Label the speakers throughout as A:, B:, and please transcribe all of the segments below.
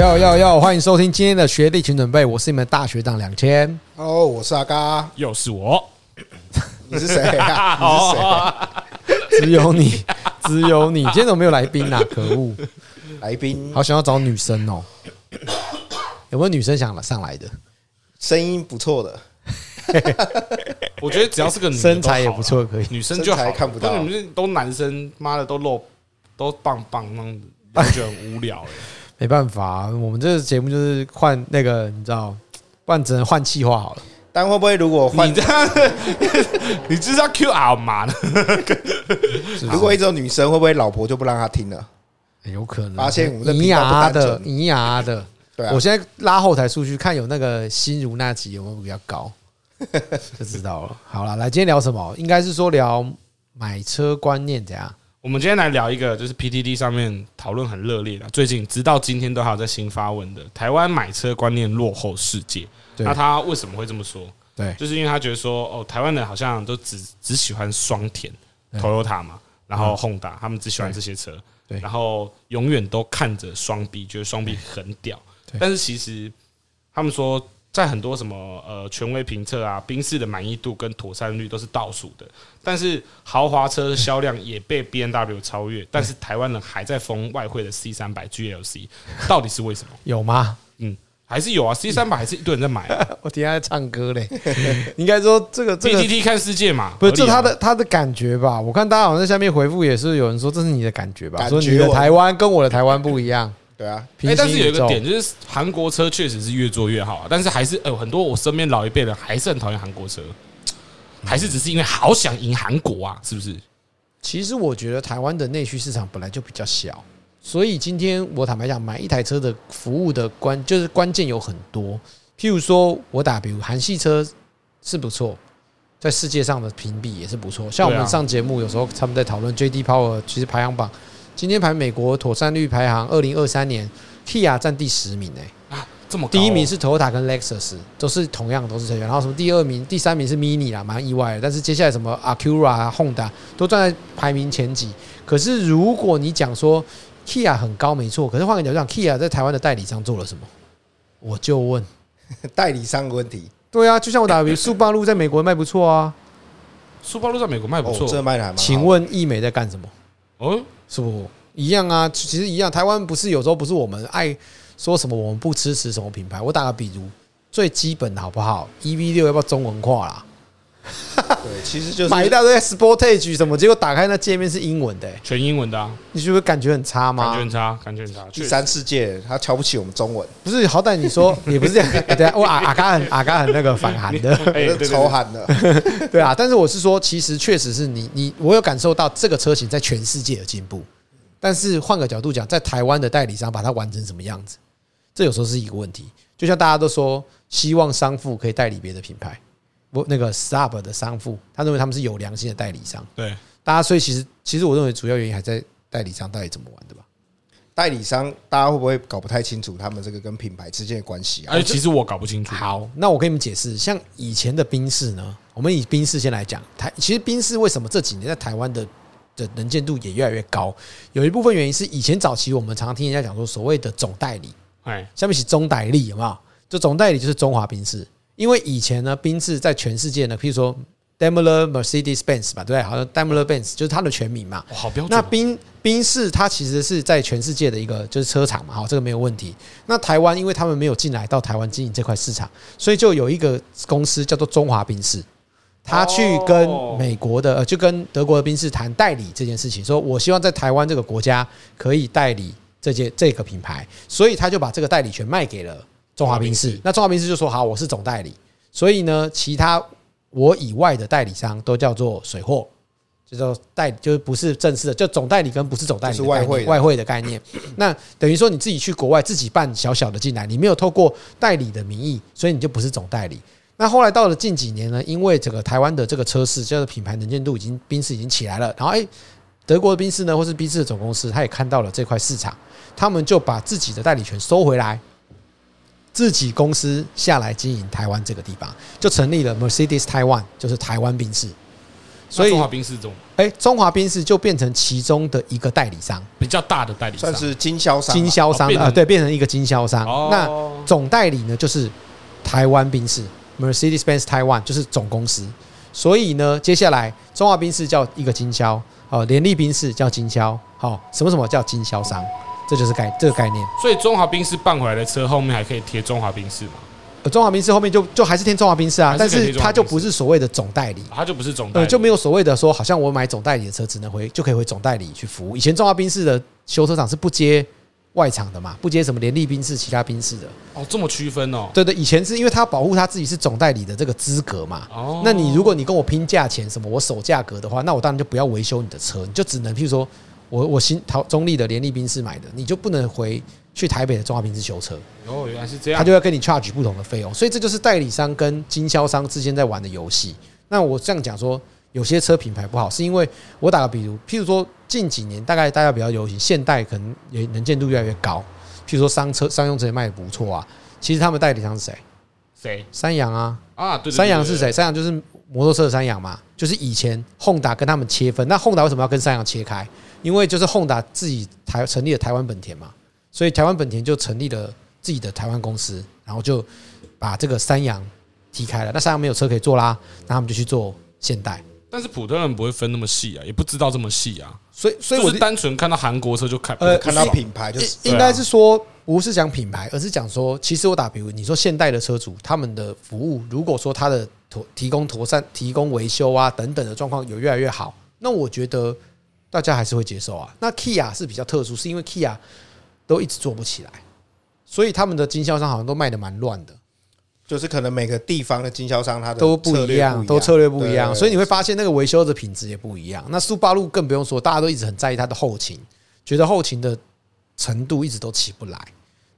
A: 要要要！欢迎收听今天的学弟请准备，我是你们的大学长两千。
B: 哦，我是阿嘎，
C: 又是 我，
B: 你是谁 啊？你是谁、
A: 哦只有 你，只有你，今天怎么没有来宾啊？可恶！
B: 来宾
A: 好想要找女生哦，有没有女生想上来的？
B: 声音不错的，
C: 我觉得只要是个女的
A: 身材也
C: 都好啊
A: 不错，可以。
C: 女生就好
B: 身材看不到
C: 你们都男生，妈的都露都棒棒那样子，我觉得很无聊哎。
A: 没办法、我们这个节目就是换那个，你知道，不然只能换气话好了。
B: 但会不会如果换
C: 你，这样，你这是要 Q R 嘛？
A: 是不是
B: 如果一直有女生，会不会老婆就不让他听了？
A: 有可能
B: 发现我们的
A: 尼
B: 频道不
A: 牙
B: 单
A: 的，
B: 纯
A: 尼牙的。
B: 对啊
A: 我，现在拉后台数据看有那个心如那集有没有比较高， 就知道了。好了，来今天聊什么？应该是说聊买车观念怎样？
C: 我们今天来聊一个，就是 PTT 上面讨论很热烈的，最近直到今天都还有在新发文的台湾买车观念落后世界。
A: 对
C: 那他为什么会这么说？
A: 对
C: 就是因为他觉得说，哦，台湾人好像都只只喜欢双田、
A: 对嗯
C: Toyota 嘛，然后 Honda，他们只喜欢这些车，
A: 对
C: 然后永远都看着双 B，觉得双 B 很屌
A: 对。
C: 但是其实他们说，在很多什么呃权威评测啊、宾士的满意度跟妥善率都是倒数的，但是豪华车的销量也被 B N W 超越，但是台湾人还在封外汇的 C 三百 G L C，到底是为什么？
A: 有吗？
C: 嗯，还是有啊，C 三百还是一堆人在买、啊。
A: 我听他在唱歌嘞， 应该说这 个这
C: P T
A: 个
C: T 看世界嘛，
A: 不是
C: 合理啊
A: 这他的他的感觉吧？我看大家好像在下面回复也是有人说这是你的感觉吧？
B: 感
A: 说
B: 觉
A: 你的
B: 我
A: 台湾跟我的台湾不一样。
B: 对啊，
C: 哎、
A: 平
C: 但是
A: 行
C: 有一
A: 宇宙
C: 个点就是，韩国车确实是越做越好、啊，但是还是呃，很多我身边老一辈人还是很讨厌韩国车，还是只是因为好想赢韩国啊，是不是？
A: 其实我觉得台湾的内需市场本来就比较小，所以今天我坦白讲，买一台车的服务的关就是关键有很多，譬如说我打比如韩系车是不错，在世界上的评比也是不错。像我
C: 对
A: 们
C: 啊
A: 上节目有时候他们在讨论 JD Power 其实排行榜，今天排美国妥善率排行，二零二三年 Kia 占第十名诶、欸
C: 啊，这么高哦、
A: 第一名是 Toyota 跟 Lexus，都是同样都是成员。然后什么第二名、第三名是 Mini 啦，蛮意外的。但是接下来什么 Acura 啊、Honda 都站在排名前几。可是如果你讲说 Kia 很高，没错，可是换个角度讲，Kia 在台湾的代理商做了什么？我就问。
B: 代理商的问题，
A: 对啊，就像我打比如，速霸路在美国卖不错啊，
C: 书包路在美国卖不
B: 哦
C: 错，，
B: 这卖的还蛮好。
A: 请问易美在干什么？
C: 哦，
A: 是不一样啊？其实一样，台湾不是有时候不是我们爱说什么我们不支持什么品牌。我打个比如，最基本的好不好？EV 六要不要中文化啦？
B: 对，其实就是
A: 买一大堆 Sportage 什么，结果打开那界面是英文的、欸
C: 全英文的、啊，
A: 你是不是感觉很差
C: 感觉
A: 吗
C: 很？差，感觉很差。
B: 第三世界，他瞧不起我们中文，
A: 不是，好歹你 说也不是这样。等一下我阿阿嘎很阿嘎很那个反韩的，
C: 确实，哎、
B: 这
C: 对对
B: 超
C: 对，
B: 喊的。
A: 对啊。但是我是说，其实确实是你你我有感受到这个车型在全世界的进步，但是换个角度讲，在台湾的代理商把它玩成什么样子，这有时候是一个问题。就像大家都说，希望商户可以代理别的品牌，我那个 Sub 的商户，他认为他们是有良心的代理商。
C: 对，
A: 大家所以其实其实我认为主要原因还在代理商到底怎么玩的吧。
B: 代理商大家会不会搞不太清楚他们这个跟品牌之间的关系啊？
C: 哎、其实我搞不清楚，
A: 好，那我跟你们解释，像以前的宾士呢，我们以宾士先来讲，台其实宾士为什么这几年在台湾的的能见度也越来越高，有一部分原因是以前早期我们常听人家讲说所谓的总代理，
C: 哎，
A: 下面是中代理，有没有？就总代理就是中华宾士，因为以前呢，宾士在全世界呢，譬如说 Daimler Mercedes Benz 吧，对不对？好像 Daimler Benz 就是它的全名嘛，
C: 哇好标准
A: 那
C: 哦、
A: 宾宾士它其实是在全世界的一个就是车厂嘛，好，这个没有问题。那台湾因为他们没有进来到台湾经营这块市场，所以就有一个公司叫做中华宾士，他去跟
C: 哦
A: 美国的、呃、就跟德国的宾士谈代理这件事情，说我希望在台湾这个国家可以代理这些这个品牌，所以他就把这个代理权卖给了中华宾
C: 中华
A: 士
C: 宾士。
A: 那中华宾士就说好，我是总代理，所以呢，其他我以外的代理商都叫做水货。就叫代，就是不是正式的，就总代理跟不是总代理的
B: 就是
A: 概
B: 外
A: 念
B: 汇的
A: 外汇的概念。 那等于说你自己去国外自己办小小的进来，你没有透过代理的名义，所以你就不是总代理。那后来到了近几年呢，因为整个台湾的这个车市，这个品牌能见度已经宾士已经起来了，然后哎、德国的宾士呢，或是宾士的总公司，他也看到了这块市场，他们就把自己的代理权收回来，自己公司下来经营台湾这个地方，就成立了 Mercedes Taiwan，就是台湾宾士。所
C: 所以
A: 以
C: 中，华宾士这种
A: 哎、中华宾士就变成其中的一个代理商、
C: 比较大的代理商
B: 算是经销商吧，
A: 经销商
C: 啊哦变
A: 啊、
C: 成
A: 对，变成一个经销商。
C: 哦
A: 那总代理呢，就是台湾宾士 Mercedes-Benz Taiwan，就是总公司。所以呢，接下来中华宾士叫一个经销，哦，联利宾士叫经销，好、什么什么叫经销商，这就是概这个概念。
C: 所以中华宾士办回来的车后面还可以贴中华宾士嘛？
A: 呃中华宾士后面就就还是填中华宾士啊，
C: 还
A: 但
C: 是可以
A: 是
C: 贴中华宾
A: 它
C: 士
A: 就不是所谓的总代理。
C: 它就不是总代
A: 呃，
C: 理，
A: 就没有所谓的说，好像我买总代理的车，只能回就可以回总代理去服务。以前中华宾士的修车厂是不接外厂的嘛，不接什么联利宾士、其他宾士的。
C: 哦这么区分哦。
A: 对对，以前是因为他保护他自己是总代理的这个资格嘛。
C: 哦
A: 那你如果你跟我拼价钱什么，我守价格的话，那我当然就不要维修你的车，你就只能譬如说我我新桃中立的联利宾士买的，你就不能回去台北的中华宾士修车。
C: 哦原来是这样，
A: 他就要跟你 charge 不同的费用，所以这就是代理商跟经销商之间在玩的游戏。那我这样讲说，有些车品牌不好，是因为我打个比如，譬如说近几年大概大家比较流行现代，可能也能见度越来越高，譬如说商车商用车也卖的不错啊。其实他们代理商是谁？
C: 谁
A: 三洋啊，
C: 啊？对，对
A: 三洋是？谁？三洋就是摩托车的三洋嘛，就是以前 Honda 跟他们切分。那 Honda 为什么要跟三洋切开？因为就是 Honda 自己台成立了台湾本田嘛，所以台湾本田就成立了自己的台湾公司，然后就把这个三洋踢开了。那三洋没有车可以做啦，那他们就去做现代。
C: 对对但是普通人不会分那么细啊，也不知道这么细啊，
A: 所以，所以
C: 就
A: 我
C: 是单纯看到韩国车就看
A: 呃
B: 看到品牌就
A: 应
B: 是
A: 应该是说不是讲品牌，而是讲说，其实我打比如，你说现代的车主他们的服务，如果说他的妥提供妥善、提供维修啊等等的状况有越来越好，那我觉得大家还是会接受啊。那 Kia 是比较特殊，是因为 Kia 都一直做不起来，所以他们的经销商好像都卖的蛮乱的，
B: 就是可能每个地方的经销商他的
A: 都
B: 策略
A: 一样，都策略不一样，所以你
B: 会
A: 会发现那个维修的品质也不一样。那速八路更不用说，大家都一直很在意它的后勤，觉得后勤的程度一直都起不来。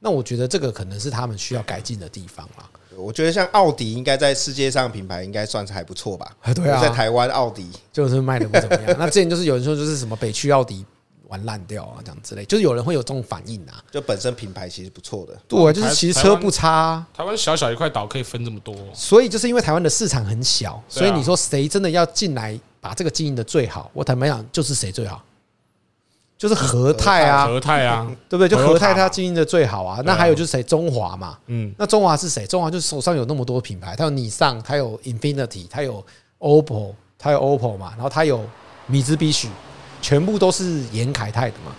A: 那我觉得这个可能是他们需要改进的地方啊啦。？
B: 我觉得像奥迪应该在世界上品牌应该算是还不错吧
A: 对啊
B: 在台湾奥迪
A: 就是卖的不怎么样。那之前就是有人说，就是什么北区奥迪玩烂掉啊，这样之类，就是有人会有这种反应啊。
B: 就本身品牌其实不错的，
A: 对，啊就是其实车不差啊、
C: 台湾小小一块岛可以分这么多，
A: 所以就是因为台湾的市场很小，
C: 对啊
A: 所以你说谁真的要进来把这个经营的最好？我坦白讲，就是谁最好，就是和泰啊，
C: 和泰啊，
A: 对不对？就和泰
C: Toyota
A: 它
C: 嘛
A: 经营的最好啊。那
C: 对啊
A: 还有就是谁？中华嘛。
C: 嗯，
A: 那中华是谁？中华就是手上有那么多品牌，它有尼桑，它有 Infinity，它有 OPPO，它有 OPPO 嘛，然后它有米兹必须，全部都是严凯泰的嘛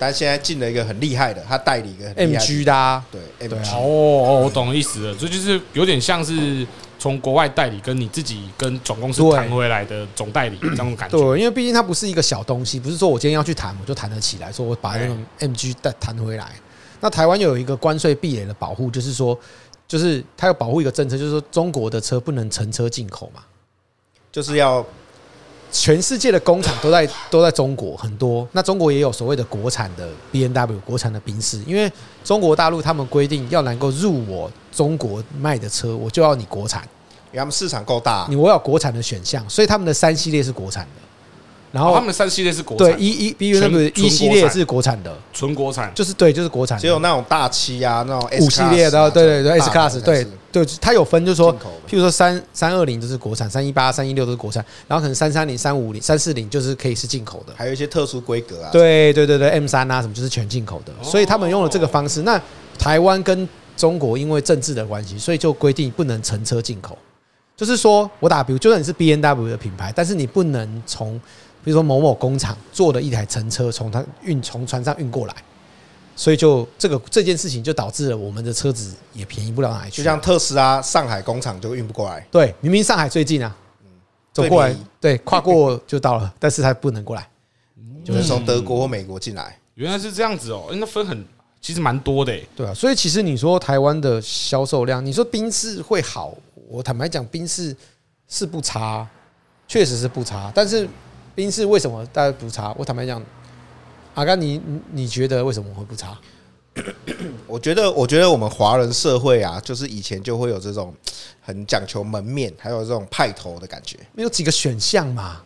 B: 但现在进了一个很厉害的，他代理一个很厉害的
A: ，MG 的、啊。
B: 对
A: 对啊
B: ，MG
C: 哦哦，我懂意思了，这就是有点像是从国外代理跟你自己跟总公司
A: 对
C: 谈回来的总代
B: 嗯
C: 理这种感
A: 对
C: 觉，，
A: 因为毕竟它不是一个小东西，不是说我今天要去谈我就谈得起来，说我把那种 MG 带谈回来。那台湾有一个关税壁垒的保护，就是说，就是它要保护一个政策，就是说中国的车不能乘车进口嘛。
B: 就是要
A: 全世界的工厂都在都在中国很多，那中国也有所谓的国产的 B N W 国产的宾士，因为中国大陆他们规定要能够入我中国卖的车，我就要你国产，
B: 因为他们市场够大
A: 你，我要有国产的选项，所以他们的三系列是国产的，然
C: 哦
B: 啊
A: 后
C: 他们三系列是国
A: 对
C: 产，
A: 一一 B N W
C: 纯
A: 一系列是国产的，
C: 纯国产，
A: 就是对就是国产
B: 只有
A: 的。
B: 那种大七啊，那种 S
A: 五系列的，
B: class 啊
A: 对对对
B: 这
A: ，S
B: 种大的
A: Class，对
B: 才是
A: 对，它有分，就是说
B: 进口的，
A: 譬如说三三二零就是国产，三一八、三一六都是国产，然后可能三三零、三五零、三四零就是可以是进口的。
B: 还有一些特殊规格啊，
A: 对对对对，M 三啊什么就是全进口的，
C: 哦
A: 所以他们用了这个方式。那台湾跟中国因为政治的关系，所以就规定不能乘车进口。就是说我打比如，就算你是 B N W 的品牌，但是你不能从比如说某某工厂做的一台乘车从它运从船上运过来，所以就这个这件事情就导致了我们的车子也便宜不了哪里去。
B: 就像特斯拉上海工厂就运不过来，
A: 对，明明上海最近啊，
B: 嗯
A: 走过来
B: 最便宜
A: 对跨过就到了，但是它不能过来。嗯
B: 只能从德国或美国进来。
C: 原来是这样子哦，哎那分很其实蛮多的欸，
A: 对啊，所以其实你说台湾的销售量，你说宾士会好，我坦白讲，宾士是不差，确实是不差。但是宾士为什么大家不差？我坦白讲，阿甘你，你你觉得为什么会不差？
B: 我觉得，我觉得我们华人社会啊，就是以前就会有这种很讲求门面，还有这种派头的感觉。
A: 没有几个选项嘛，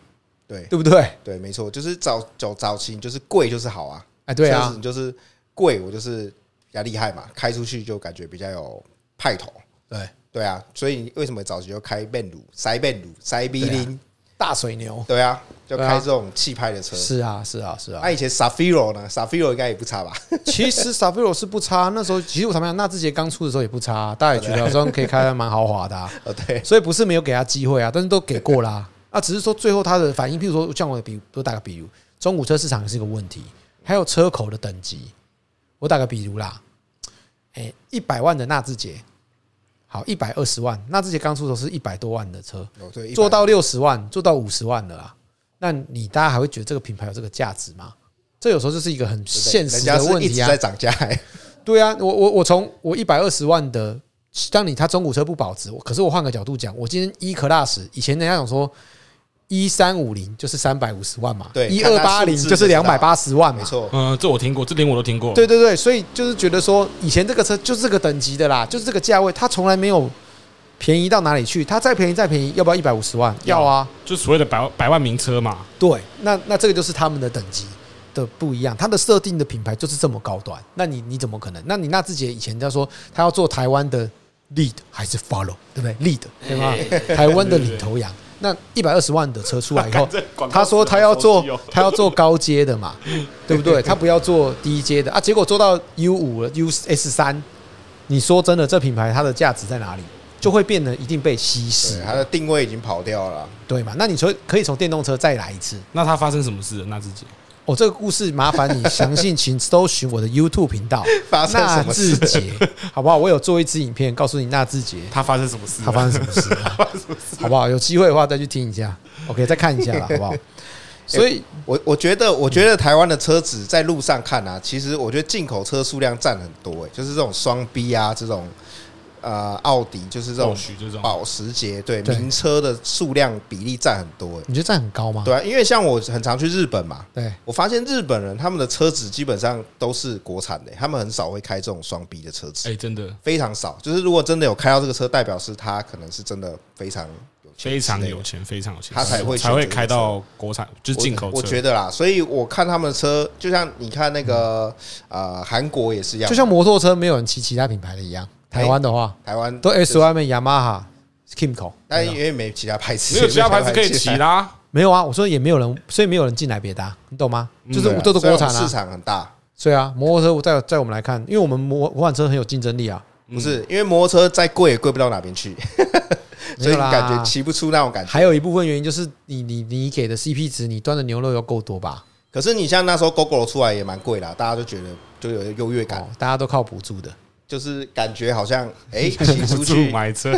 B: 对
A: 对不对？
B: 对，没错，就是早早早期就是贵就是好啊，
A: 哎，对
B: 像
A: 啊
B: 是，你就是贵，我就是比较厉害嘛，开出去就感觉比较有派头。
A: 对，
B: 对啊，所以为什么早期就开曼鲁、塞曼鲁、塞比林？
A: 大水牛
B: 对啊，就
A: 对啊
B: 开这种气派的车。
A: 是啊，是啊，是啊
B: 那、。以前 Safiro 呢？Safiro 应该也不差吧？
A: 其实 s a v i r o 是不差，那时候其实我坦白讲，纳智捷刚出的时候也不差，大家也觉得好像可以开的蛮豪华的、啊，
B: 哦，对，
A: 所以不是没有给他机会啊，但是都给过啦。啊，只是说最后他的反应，譬如说像我比，我打个比如，中古车市场是一个问题，还有车口的等级。我打个比如啦，哎、一百万的纳智捷，好，一百二十万，纳智捷刚出头是一百多万的车，
B: 哦对，
A: 做到六十万，做到五十万了啦，那你大家还会觉得这个品牌有这个价值吗？这有时候就是一个很现实的问
B: 人家是一直
A: 题啊
B: 在。涨价、欸。
A: 对啊，我我我从我一百二十万的，当你它中古车不保值，我可是我换个角度讲，我今天一 class，以前人家讲说一三五零就是三百五十万嘛，
B: 对
A: 一
B: 看
A: 二
B: 它
A: 八
B: 数
A: 零
B: 字
A: 就是
B: 就知道
A: 两百八十万嘛
B: 没，错，
C: 嗯，这我听过，这连我都听过。
A: 对对对，所以就是觉得说，以前这个车就是这个等级的啦，就是这个价位，它从来没有便宜到哪里去，它再便宜再便宜，要不要一百五十万？要啊，
C: 就所谓的百万百万名车 嘛，
A: 对，那那这个就是他们的等级的不一样，它的设定的品牌就是这么高端，那你你怎么可能？那你纳智捷以前在说他要做台湾的 lead 还是 follow，对不对？lead 对吗？台湾的领头羊。那一百二十万的车出来以 后
C: 这广告，词
A: 他说他要做
C: 好熟悉哦
A: 他要做高阶的 嘛，对不对？他不要做低阶的啊，结果做到 U 五了，U S 三，你说真的，这品牌它的价值在哪里？就会变得一定被稀释
B: 对，，
C: 啊
B: 它的定位已经跑掉了啦。
A: 对嘛？那你说可以从电动车再来一次，
C: 那它发生什么事了？那自己
A: 哦，这个故事麻烦你详细请搜寻我的 YouTube 频道
B: 发生
A: 纳
B: 什么
A: 智
B: 事
A: 捷，好不好？我有做一支影片告诉你纳智捷
C: 它发生什么事了？
A: 它发生什么事啊，好不好？有机会的话再去听一下，OK，再看一下啦， 好不
B: 哎
A: 好？所以
B: 我我觉得，我觉得台湾的车子在路上看啊，其实我觉得进口车数量占很多、欸，就是这种双 B 啊，这种呃奥迪，就是这
C: 或
B: 种
C: 许这种
B: 保时捷，对
A: 对嗯
B: 名车的数量比例占很多、欸，
A: 你觉得这样很高吗？
B: 对啊，啊因为像我很常去日本嘛，
A: 对
B: 我发现日本人他们的车子基本上都是国产的、欸他们很少会开这种双 B 的车子，
C: 哎，真的
B: 非常少。就是如果真的有开到这个车，代表是他可能是真的非常有钱
C: 非常
B: 之类的
C: 有钱，非常有钱，
B: 他才会
C: 才会
B: 选择
C: 开到国产，就是进口车。
B: 我。我觉得啦，所以我看他们的车，就像你看那个呃韩国也是一样，
A: 就像摩托车没有人骑其他品牌的一样，台湾的话
B: 台湾
A: 都
B: 就是
A: S Y 面 Yamaha、Kimco，
B: 但因为没其他牌子，
C: 没有其他牌子可以骑
B: 啦，
C: 啦。
A: 没有啊，我说也没有人，所以没有人进来别的啊，你懂吗？就是
B: 对啊
A: 都是国
B: 虽
A: 产
B: 然我们
A: 啊
B: 市，场很大，
A: 所以啊，摩托车在在我们来看，因为我们摩国产车很有竞争力啊，
B: 不是因为摩托车再贵也贵不到哪边去，
A: 没
B: 所以
A: 有
B: 你
A: 啦
B: 感觉骑不出那种感觉。
A: 还有一部分原因就是你你你给的 CP 值，你端的牛肉要够多吧？
B: 可是你像那时候 GoGo 出来也蛮贵啦，大家都觉得就有优越感
A: 哦，，大家都靠补助的，
B: 就是感觉好像哎骑
C: 补
B: 出
C: 助
B: 去，
C: 买车，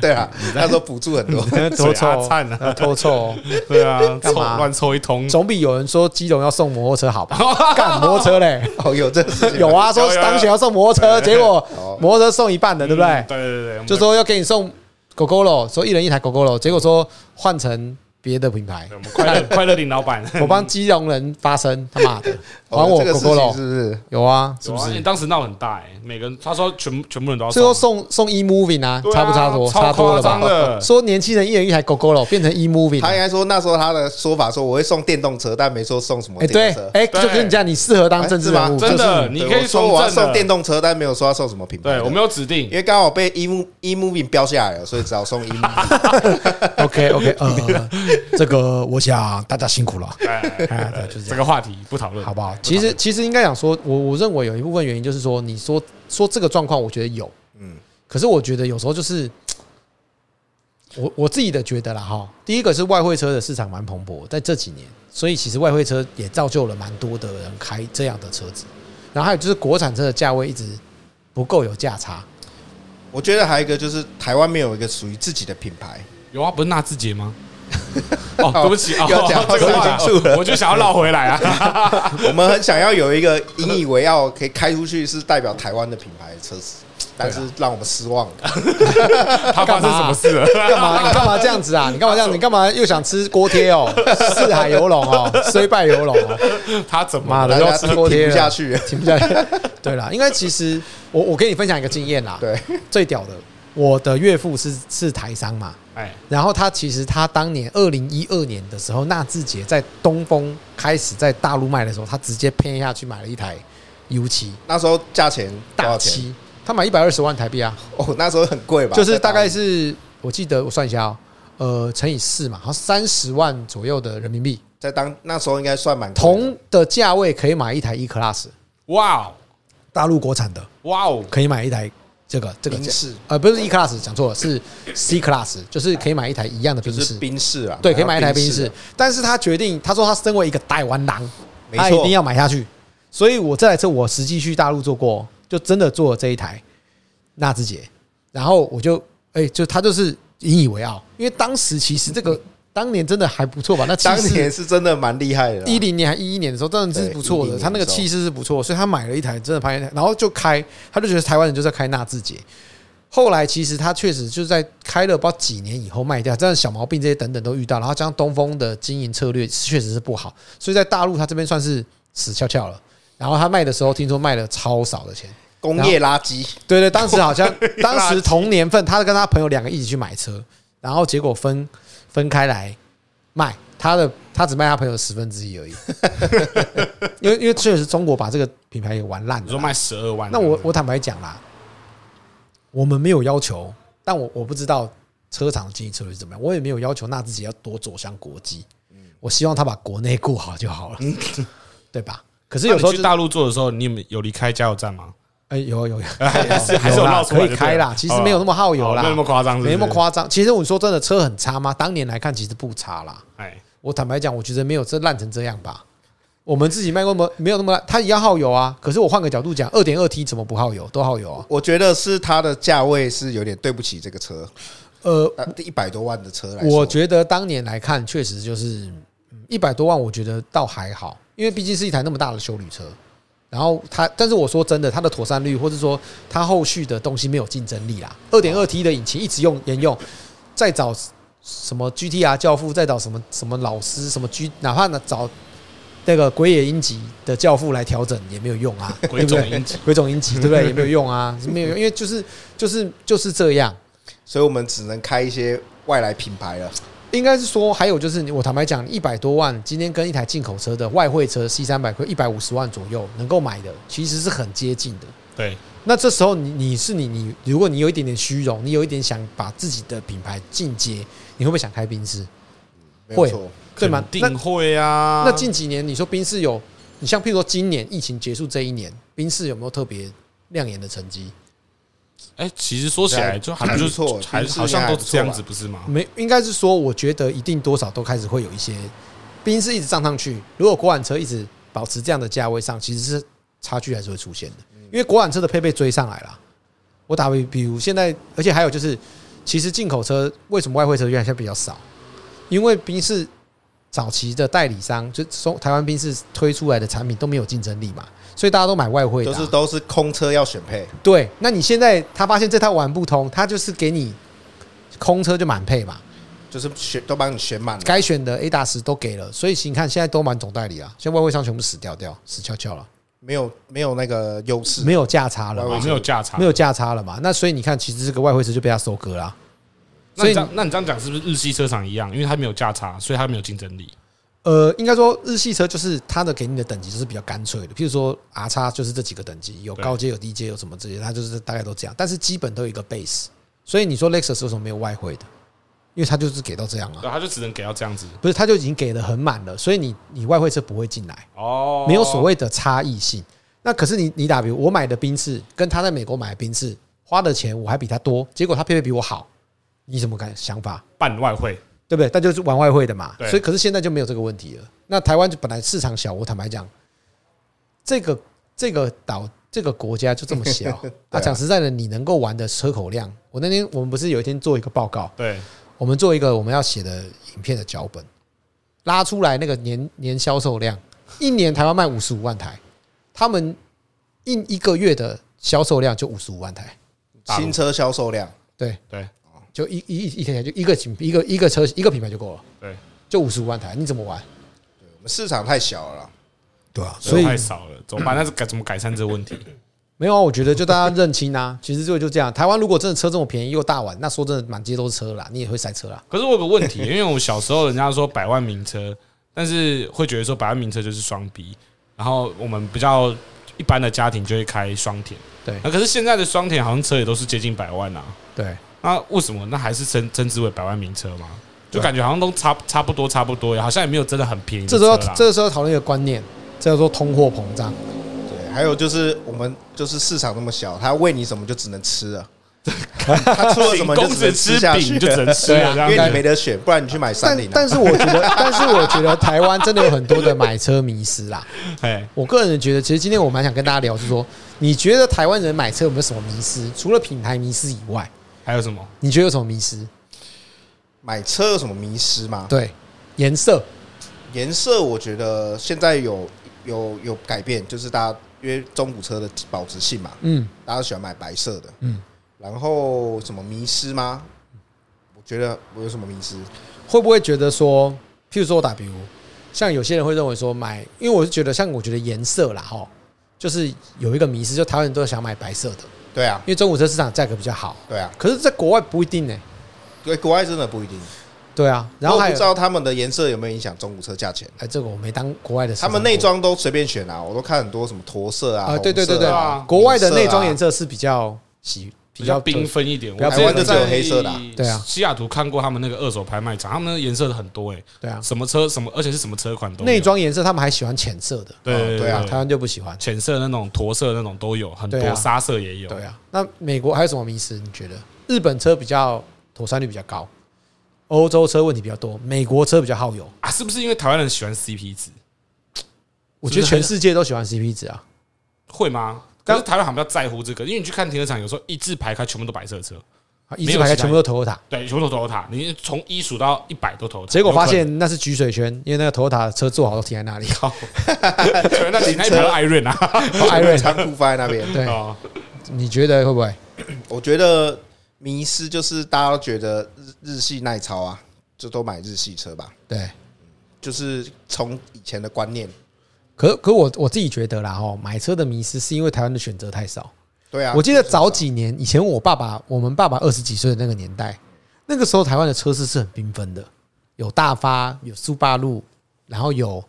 B: 对啦，那时候补助很多，
A: 偷
C: 嘴
A: 臭
C: 啊灿啊
A: 呃 偷臭哦，
C: 对啊，
A: 干
C: 凑
A: 嘛
C: 乱凑一通，
A: 总比有人说基隆要送摩托车好吧？干摩托车嘞，
B: 哦有这个事情
A: 有啊，
C: 有
A: 说
C: 有有
A: 当选要送摩托车，结果
B: 哦
A: 摩托车送一半的，对不
C: 嗯
A: 对？
C: 对对对，我们
A: 就说要给你送狗狗喽，说一人一台狗狗喽，结果说换成别的品牌
C: 对，我们快 乐快乐林老板，
A: 我帮基隆人发声，他妈的，还
B: 哦
A: 我
B: 这个
A: 狗
B: 事
A: 狗
B: 情
A: 喽
B: 是，不是？
A: 有啊，是
C: 有
A: 不
C: 啊，
A: 是
C: 你？当时闹很大哎，每个人他说全全部人都要
A: 最后
C: 送
A: 送送 e moving 啊，
C: 对啊
A: 差不差多？
C: 超
A: 差多了吧
C: 夸张的？
A: 说年轻人一人一台 GoGo 了，变成 e moving 啊。
B: 他应该说那时候他的说法说我会送电动车，但没说送什么
A: 哎，对
B: 电动车，。
A: 哎，
C: 对
A: 就跟你这样，你适合当政治人物，
B: 哎
A: 就
C: 真
A: 是
C: 的，
A: 你
B: 对
C: 你可以
B: 我说我要
C: 正
B: 送
C: 的
B: 电，动车，但没有说要送什么品牌的。
C: 对我没有指定
B: 因，为刚好被 e m e moving 标下来了，所以只好送 e moving。
A: OK OK，呃， 这个我想大家辛苦了，
C: 哎哎哎
A: 哎对，就是这
C: 这
A: 样，
C: 个话题不讨论，
A: 好不好？其实其实应该讲说，我我认为有一部分原因就是说，你说说这个状况，我觉得有，
B: 嗯，
A: 可是我觉得有时候就是。我我自己的觉得啦哈，第一个是外汇车的市场蛮蓬勃，在这几年，所以其实外汇车也造就了蛮多的人开这样的车子，然后还有就是国产车的价位一直不够有价差，
B: 我觉得还有一个就是台湾没有一个属于自己的品牌，
C: 有啊，不是纳智捷 吗？哦，对不起，哦，
B: 要讲
C: 这个
B: 太
C: 话
B: 清楚了
C: 我就想要绕回来啊。
B: 我们很想要有一个引以为傲、可以开出去是代表台湾的品牌的车子。
A: 啊
B: 但是让我们失望了。
C: 他发生什么事了？
A: 干嘛你干嘛这样子啊？你干嘛这样？你干嘛又想吃锅贴哦？四海游龙哦，虽败犹荣哦。
C: 他怎么
A: 妈
C: 了
A: 的，
B: 大
A: 要
B: 家
A: 吃锅贴啊
B: 挺不
A: 了
B: 下去
A: 停不下去。对啦，因为其实我我跟你分享一个经验啦，
B: 对，
A: 最屌的，我的岳父是是台商嘛，
C: 哎，
A: 然后他其实他当年二零一二年的时候，纳智捷在东风开始在大陆卖的时候，他直接偏下去买了一台 U 七
B: 那时候价钱多
A: 大
B: 少钱？
A: 七，他买一百二十万台币啊，
B: 哦，那时候很贵吧？
A: 就是
B: 在
A: 大
B: 大陆
A: 概是我记得我算一下哦，呃，乘以四嘛，好像三十万左右的人民币，
B: 在当那时候应该算蛮贵的
A: 同的价位可以买一台 E Class，
C: 哇哦
A: 大陆国产的
C: 哇哦，
A: 可以买一台这个这个
B: 宾士，
A: 呃，不是 E Class，讲错了，是 C Class，就是可以买一台一样的
B: 就
A: 宾
B: 是
A: 士，
B: 宾士啊，
A: 对，可以买一台宾
B: 然
A: 士
B: 后。
A: 但是他决定，他说他身为一个台湾狼，
B: 宾
A: 他
B: 士，
A: 一
B: 没
A: 定
B: 错，
A: 要买下去。所以我这台车我实际去大陆做过，就真的做了这一台纳智捷，然后我就哎、就他就是引以为傲，因为当时其实这个当年真的还不错吧，那气
B: 当
A: 势
B: 年是真的蛮厉害的啊，
A: 一零年还一一年的时候，真的是
B: 对
A: 不错的，
B: 11
A: 他那个
B: 年的时候
A: 气势是不错，所以他买了一台，真的拍，然后就开，他就觉得台湾人就在开纳智捷。后来其实他确实就在开了不知道几年以后卖掉，这样小毛病这些等等都遇到，然后加上东风的经营策略确实是不好，所以在大陆他这边算是死翘翘了。然后他卖的时候，听说卖了超少的钱。
B: 工业垃圾，
A: 对对，当时好 像当时同年份，他跟他朋友两个一起去买车，然后结果分分开来卖，他的他只卖他朋友十分之一而已， 因为因为确实中国把这个品牌给玩烂
C: 你
A: 了
C: 说
A: 啦。
C: 卖十二万？
A: 那我我坦白讲啦，我们没有要求，但我我不知道车厂的经营策略是怎么样，我也没有要求纳智捷要多走向国际，
C: 嗯
A: 我希望他把国内顾好就好了， 对吧？可是
C: 那
A: 有
C: 你
A: 时候
C: 去
A: 就是
C: 大陆做的时候，你们有离开加油站吗？
A: 哎、有有有，
C: 还是还是
A: 有
C: 有
A: 啦，
C: 绕出来
A: 可
C: 就
A: 以
C: 对了
A: 开啦。其实没有那么耗油
C: 哦
A: 啦，
C: 没有那么夸张，是不
A: 没
C: 是
A: 那么。夸张。其实我说真的，车很差吗？当年来看，其实不差啦。
C: 哎，
A: 我坦白讲，我觉得没有这烂成这样吧。我们自己卖过么没有那么烂，它一样耗油啊。可是我换个角度讲，二点二 T 怎么不耗油？都耗油啊。
B: 我觉得是它的价位是有点对不起这个车，
A: 呃，
B: 呃，一百多万的车来说，
A: 我觉得当年来看，确实就是嗯一百多万，我觉得倒还好，因为毕竟是一台那么大的修旅车。然后它，但是我说真的，它的妥善率，或者说它后续的东西没有竞争力啦。二点二 T 的引擎一直用沿用，再找什么 GTR 教父，再找什么什么老师，什么 G，哪怕呢找那个鬼野英吉的教父来调整也没有用啊，对
C: 鬼
A: 不
C: 冢
A: 对？
C: 英吉，
A: 鬼冢英吉对不对？也没有用啊，是没有用，因为就是就是就是这样。
B: 所以我们只能开一些外来品牌了。
A: 应该是说，还有就是你，我坦白讲，一百多万，今天跟一台进口车的外汇车 C 三百块一百五十万左右能够买的，其实是很接近的。
C: 对，
A: 那这时候你你是你你，如果你有一点点虚荣，你有一点想把自己的品牌进阶，你会不会想开宾士？
B: 没有
A: 会
B: 错，
A: 对吗
C: 肯？
A: 那
C: 定会啊。
A: 那近几年你说宾士有，你像譬如说今年疫情结束这一年，宾士有没有特别亮眼的成绩？
C: 哎，其实说起来就还不
B: 还
C: 就
B: 不错
C: 还
B: 平时
C: 好像都
B: 还不
C: 是
B: 错
C: 这样
B: 吧
C: 子，不是吗？
A: 没，应该是说，我觉得一定多少都开始会有一些，毕竟是一直涨上去。如果国产车一直保持这样的价位上，其实是差距还是会出现的，
B: 嗯
A: 因为国产车的配备追上来了。我打比，比如现在，而且还有就是，其实进口车为什么外汇车原来比较少？因为宾士早期的代理商，就从台湾宾士推出来的产品都没有竞争力嘛，所以大家都买外汇的
B: 就
A: 啊、
B: 是都是空车要选配，
A: 对，那你现在他发现这套玩不通，他就是给你空车就满配嘛。
B: 就是选都帮你选满了。
A: 该选的 A 大师都给了，所以你看现在都满总代理啊，现在外汇商全部死掉掉，死翘翘了，
B: 没有没有那个优势，
A: 没有价差了
B: 外
A: 嘛
B: 汇
C: 哦，
B: 车
C: 没有价差，
A: 没有价差了嘛？那所以你看，其实这个外汇车就被他收割啦。
C: 那你这
A: 所以
C: 样，那你这样讲是不是日系车厂一样？因为它没有价差，所以它没有竞争力。
A: 呃，应该说日系车就是它的给你的等级就是比较干脆的，譬如说 R 叉就是这几个等级，有
C: 对
A: 高阶、有低阶、有什么这些，它就是大概都这样，但是基本都有一个 base。所以你说 Lexus 为什么没有外汇的？因为它就是给到这样啊，
C: 对，它就只能给到这样子。
A: 不是，它就已经给的很满了，所以你你外汇车不会进来。
C: 哦，
A: 没有所谓的差异性。那可是你你打比，如我买的宾士跟他在美国买的宾士花的钱我还比他多，结果他配备比我好，你怎么感想法？
C: 办外汇，
A: 对不对？但就是玩外汇的嘛，
C: 对
A: 所以可是现在就没有这个问题了。那台湾就本来市场小，我坦白讲，这个这个岛这个国家就这么 小啊，讲实在的，你能够玩的车口量，我那天我们不是有一天做一个报告，
C: 对，
A: 我们做一个我们要写的影片的脚本，拉出来那个年年销售量，一年台湾卖五十五万台，他们一一个月的销售量就五十五万台，
C: 大陆
B: 新车销售量，
A: 对
C: 对，
A: 就一一一天就一个品一个一个车一个品牌就够了，
C: 对，
A: 就五十五万台，你怎么玩？
B: 我们市场太小了啦。
A: 对啊，所
C: 所以
A: 以
C: 太少了，怎么办？那是改怎么改善这个问题？
A: 没有啊，我觉得就大家认清啊，其实就就这样。台湾如果真的车这么便宜又大碗，那说真的满街都是车啦，你也会塞车啦。
C: 可是我有个问题， 因为我小时候人家说百万名车，但是会觉得说百万名车就是双 B，然后我们比较一般的家庭就会开双田。
A: 对
C: 那可是现在的双田好像车也都是接近百万啊，
A: 对，
C: 那为什么那还是称称之为百万名车吗？就
B: 啊
C: 感觉好像都差差不多差不多，好像也没有真的很便宜的
A: 这
C: 车
A: 时候
C: 啦。
A: 这时候讨论一个观念，这叫做通货膨胀。
B: 对，还有就是我们就是市场那么小，他喂你什么就只能吃 啊，他出了什么就
C: 公
B: 只
C: 子
B: 能
C: 吃
B: 吃下去，
C: 饼就只能吃
A: 对
C: 了
A: 啊
C: 这
B: 因
C: 样子，
B: 为你没得选，不然你去买三
A: 但
B: 菱啊。
A: 但是我 觉得，但是我觉得台湾真的有很多的买车迷失啦。
C: 哎，
A: 我个人觉得，其实今天我蛮想跟大家聊，是说你觉得台湾人买车有没有什么迷失？除了品牌迷失以外，
C: 还有什么？
A: 你觉得有什么迷失？
B: 买车有什么迷失吗？
A: 对，颜色，
B: 颜色我觉得现在有有有改变，就是大家因为中古车的保值性嘛，
A: 嗯
B: 大家都喜欢买白色的。
A: 嗯，
B: 然后什么迷失吗？我觉得我有什么迷失？
A: 会不会觉得说，譬如说我打比如，像有些人会认为说买，因为我是觉得像我觉得颜色啦，哈，就是有一个迷失，就台湾人都想买白色的，
B: 对啊
A: 因，为中古车市场价格比较好，
B: 对啊，
A: 可是在国外不一定呢、
B: 对，国外真的不一定。
A: 对啊，然后
B: 我
A: 还
B: 不知
A: 有，
B: 道他们的颜色有没有影响中古车价钱。
A: 哎，这个我没当国外的市
B: 他
A: 场过，
B: 们内装都随便选啊，我都看很多什么驼色啊，
A: 啊，对对
B: 红色
A: 对对
C: 啊，
A: 国外的
B: 红色啊
A: 内装颜色是比较喜比
C: 比
A: 较
C: 较缤纷一点，
A: 比较
C: 我之
A: 台
C: 前
A: 湾就
B: 只有黑色的啊
A: 对啊
C: 西雅图看过他们那个二手拍卖场，他们的颜色很多哎，
A: 对啊，啊
C: 什么车什么，而且是什么车款都有
A: 内装哦颜色他们还喜欢浅色的，
C: 对对
B: 对啊
A: 台湾就不喜欢。
C: 浅色那种、驼色那种都有，很
A: 对啊
C: 多沙色也有。
A: 对啊，那美国还有什么迷思？你觉得日本车比较妥善率比较高，欧洲车问题比较多，美国车比较耗油？
C: 啊，是不是因为台湾人喜欢 CP 值？
A: 我觉得全世界都喜欢 CP 值啊。
C: 会吗？但是台湾好像比较在乎这个，因为你去看停车场，有时候一字排开全部都白色车，
A: 啊 一字排开全部都 Toyota，
C: 对，全部都 Toyota，你从一数到一百都 Toyota。
A: 结果发现那是橘水圈，因为那个 Toyota 的车做好都停在 那里。
C: 有可能 全那几 那一排都 Iron 啊，
A: 艾瑞，
B: 仓库放在 那边。
A: 哦对，
C: 哦
A: 你觉得会不会？
B: 我觉得迷失就是大家都觉得日日系耐操啊，就都买日系车吧，
A: 对，
B: 就是从以前的观念。
A: 可可我我自己觉得啦，哦，买车的迷失是因为台湾的选择太少。
B: 对啊，
A: 我记得早几年以前，我爸爸我们爸爸二十几岁的那个年代，那个时候台湾的车市是很缤纷的，有大发，有速霸路，然后有